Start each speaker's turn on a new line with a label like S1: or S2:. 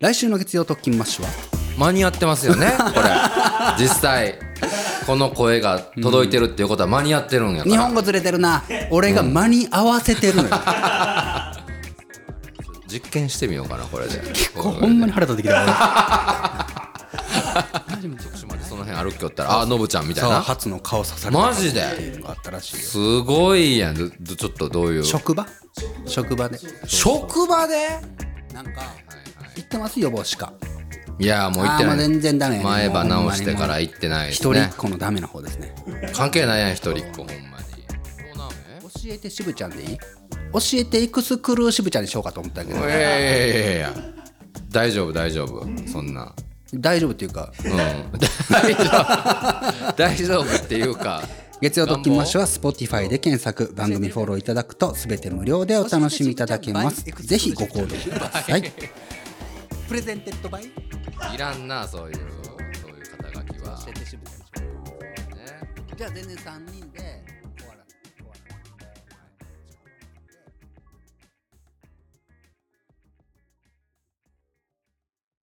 S1: 来週の月曜特勤マッシュは
S2: 間に合ってますよ ねこれ実際この声が届いてるっていうことは間に合ってるんやか
S1: 日
S2: ら、
S1: 本語ずれてるな俺が間に合わせてるのよ、
S2: 実験してみようかなこれで結
S1: ほんまに腹立ってきた俺
S2: 徳島でその辺歩きよったらあノブちゃんみたい
S1: そう
S2: な
S1: 初の顔刺された
S2: マジで
S1: っていうのがあったらしいよ
S2: すごいやんどどちょっとどういう
S1: 職場職場で
S2: 職場で
S1: なんか行ってます予防しか
S2: いやもう行ってな
S1: あーもう
S2: い
S1: 全然ダメやね
S2: 前歯直してから行ってないで
S1: 一
S2: す
S1: 人っ
S2: ね
S1: 子のダメな方ですね
S2: 関係ないやん一人っ子ほんまにそうなんえ
S1: 教えて渋ちゃんでいい教えてエクスクルー渋ちゃんにしようかと思ったけど
S2: いやいやいやいや大丈夫大丈夫そんな
S1: 大丈夫っていうか
S2: うん 大丈夫 大丈夫っていうか
S1: 月曜特勤マッシュは Spotify で検索番組フォローいただくと全て無料でお楽しみいただけますぜひご購読くださいプレゼンテッドバイ
S2: いらんなそういうそういう肩書きは、ね、
S1: じゃあ全然3人で